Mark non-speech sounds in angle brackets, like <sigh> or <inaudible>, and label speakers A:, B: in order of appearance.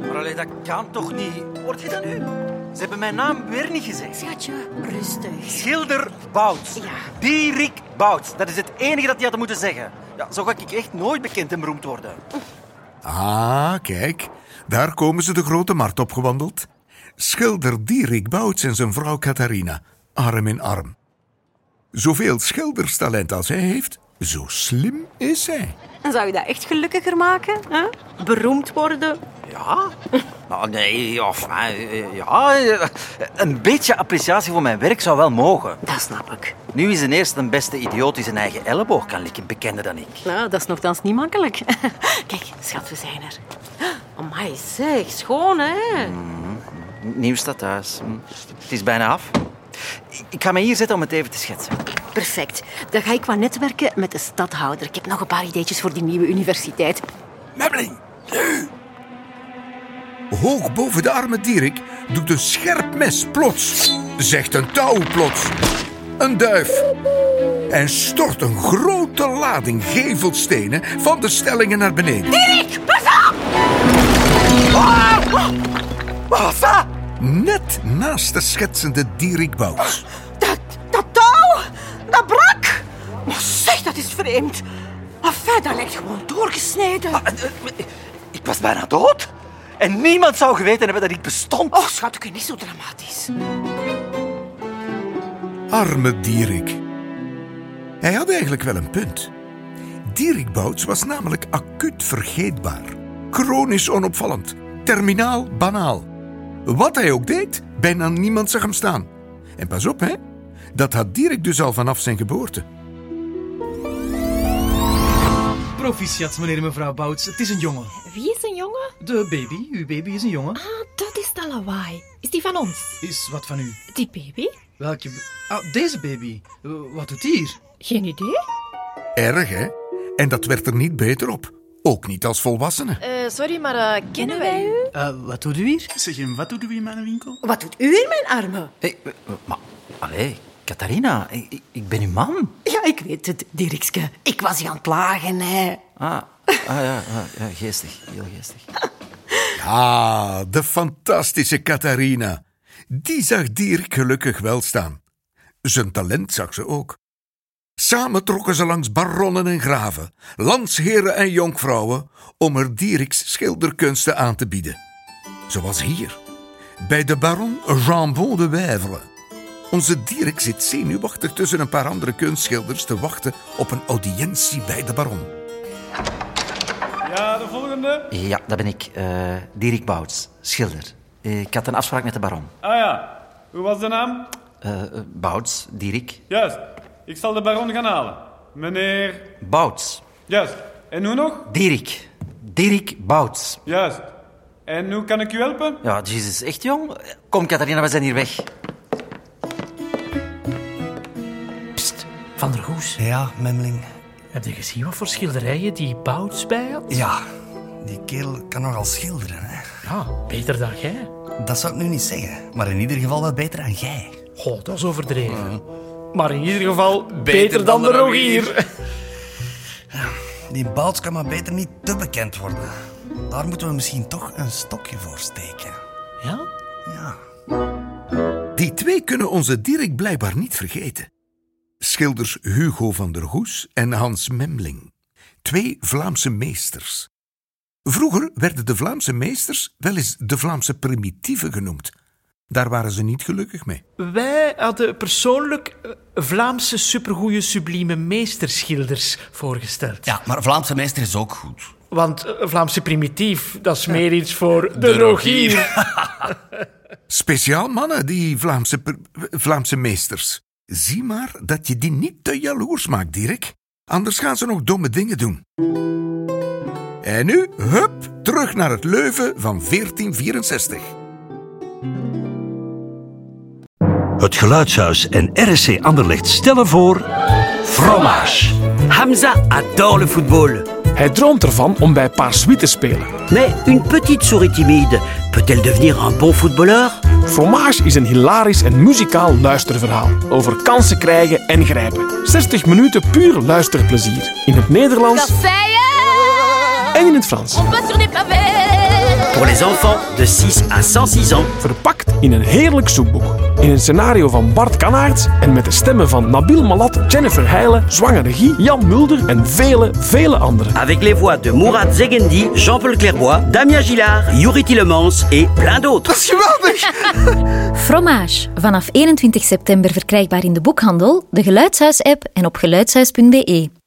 A: Maar allee, dat kan toch niet? Hoort je dat nu? Ze hebben mijn naam weer niet gezegd.
B: Schatje, rustig.
A: Schilder Bouts.
B: Ja.
A: Dierik Bouts. Dat is het enige dat hij had moeten zeggen. Ja, zo ga ik echt nooit bekend en beroemd worden.
C: Ah, kijk. Daar komen ze de grote markt opgewandeld. Schilder Dierik Bouts en zijn vrouw Catharina, arm in arm. Zoveel schilderstalent als hij heeft, zo slim is hij.
B: En zou je dat echt gelukkiger maken? Hè? Beroemd worden?
A: Ja? <laughs> Nou, nee, of... eh, Ja, eh, een beetje appreciatie voor mijn werk zou wel mogen.
B: Dat snap ik.
A: Nu is een eerste en beste idioot die zijn eigen elleboog kan likken, bekender dan ik.
B: Nou, dat is nogthans niet makkelijk. <laughs> Kijk, schat, we zijn er. <gasps> Amai, zeg, schoon, hè?
A: Nieuws dat thuis. Hm. Het is bijna af. Ik ga me hier zitten om het even te schetsen.
B: Perfect. Dan ga ik wat netwerken met de stadhouder. Ik heb nog een paar ideetjes voor die nieuwe universiteit.
C: Mebbeling, nu! Hoog boven de arme Dierik doet een scherp mes plots. Zegt een touw plots. Een duif. En stort een grote lading gevelstenen van de stellingen naar beneden.
A: Wat was dat?
C: Net naast de schetsende Dierik Bouts.
D: Dat, dat touw, dat brak. Maar zeg, dat is vreemd. Enfin, dat lijkt gewoon doorgesneden.
E: Ah, dus-
A: Ik was bijna dood. En niemand zou geweten hebben dat ik bestond.
D: Oh, schat, ik ben niet zo dramatisch.
C: Arme Dierik. Hij had eigenlijk wel een punt. Dierik Bouts was namelijk acuut vergeetbaar. Chronisch onopvallend. Terminaal banaal. Wat hij ook deed, bijna niemand zag hem staan. En pas op, hè. Dat had Dierik dus al vanaf zijn geboorte.
F: Proficiat, meneer en mevrouw Bouts. Het is een jongen.
E: Wie is een jongen?
F: De baby, uw baby is een jongen.
E: Ah, dat is dat lawaai. Is die van ons?
F: Is wat van u?
E: Die baby?
F: Welke... b- Ah, deze baby. Eh, Wat doet die hier?
E: Geen idee.
C: Erg, hè? En dat werd er niet beter op. Ook niet als volwassene.
E: Eh, sorry, maar kennen wij u?
F: Eh, wat doet u hier?
G: Zeg, en wat doet u in mijn winkel?
D: Wat doet u in mijn armen?
A: Hey, maar, allee, Catharina, ik, ik ben uw man.
D: Ja, ik weet het, Dirkske. Ik was je aan het plagen, hè.
A: Ah, ah ja, ah, ja, geestig. Heel geestig.
C: Ah, de fantastische Catharina. Die zag Dierik gelukkig wel staan. Zijn talent zag ze ook. Samen trokken ze langs baronnen en graven, landsheren en jonkvrouwen om er Dieriks schilderkunsten aan te bieden. Zoals hier, bij de baron Jambon de Wijvre. Onze Dierik zit zenuwachtig tussen een paar andere kunstschilders te wachten op een audiëntie bij de baron.
G: Ja, de volgende.
A: Ja, dat ben ik. eh Dirk Bouts, schilder. Eh, Ik had een afspraak met de baron.
G: Ah ja, hoe was de naam?
A: Eh, eh, Bouts, Dirk.
G: Juist, ik zal de baron gaan halen. Meneer...
A: Bouts,
G: Juist, en hoe nog?
A: Dirk. Dirk Bouts.
G: Juist. En hoe kan ik u helpen?
A: Ja, Jezus, echt jong. Kom, Catharina, we zijn hier weg.
H: Pst, Van der Goes.
I: Ja, Memling.
H: Heb je gezien wat voor schilderijen die Bouts bij had?
I: Ja, die kerel kan nogal schilderen. Hè.
H: Ja, beter dan jij.
I: Dat zou ik nu niet zeggen, maar in ieder geval wel beter dan jij.
H: Goh, dat is overdreven. Maar in ieder geval beter, dan, de <laughs> Rogier.
I: Die Bouts kan maar beter niet te bekend worden. Daar moeten we misschien toch een stokje voor steken.
H: Ja?
I: Ja.
C: Die twee kunnen onze Dirk blijkbaar niet vergeten. Schilders Hugo van der Goes en Hans Memling. Twee Vlaamse meesters. Vroeger werden de Vlaamse meesters wel eens de Vlaamse primitieven genoemd. Daar waren ze niet gelukkig mee.
H: Wij hadden persoonlijk eh, Vlaamse supergoeie sublieme meesterschilders voorgesteld.
I: ja, maar Vlaamse meester is ook goed.
H: Want eh, Vlaamse primitief, dat is meer iets voor de, Rogier. <laughs>
C: Speciaal mannen, die Vlaamse, pr- Vlaamse meesters. Zie maar dat je die niet te jaloers maakt, Dirk. Anders gaan ze nog domme dingen doen. En nu, hup, terug naar het Leuven van 1464.
J: Het Geluidshuis en RSC Anderlecht stellen voor... Fromage.
K: Hamza adore le football.
L: Hij droomt ervan om bij Paarswiet te spelen.
K: Mais une petite souris timide peut-elle devenir un bon footballeur
L: Fromage is een hilarisch en muzikaal luisterverhaal over kansen krijgen en grijpen. 60 minuten puur luisterplezier. In het Nederlands
E: Café!
L: en in
H: het Frans.
B: On passe sur des pavés.
M: Pour les enfants de 6 à 106 ans.
H: Verpakt in een heerlijk zoekboek. In een scenario van Bart Kanaerts en met de stemmen van Nabil Malat, Jennifer Heijlen, Zwange Regie, Jan Mulder en vele, vele anderen.
M: Avec les voix de Mourad Zegendi, Jean-Paul Clairbois, Damien Gillard, Yuri Tillemans et plein d'autres.
N: Fromage, vanaf 21 september verkrijgbaar in de boekhandel, de Geluidshuis-app en op geluidshuis.be.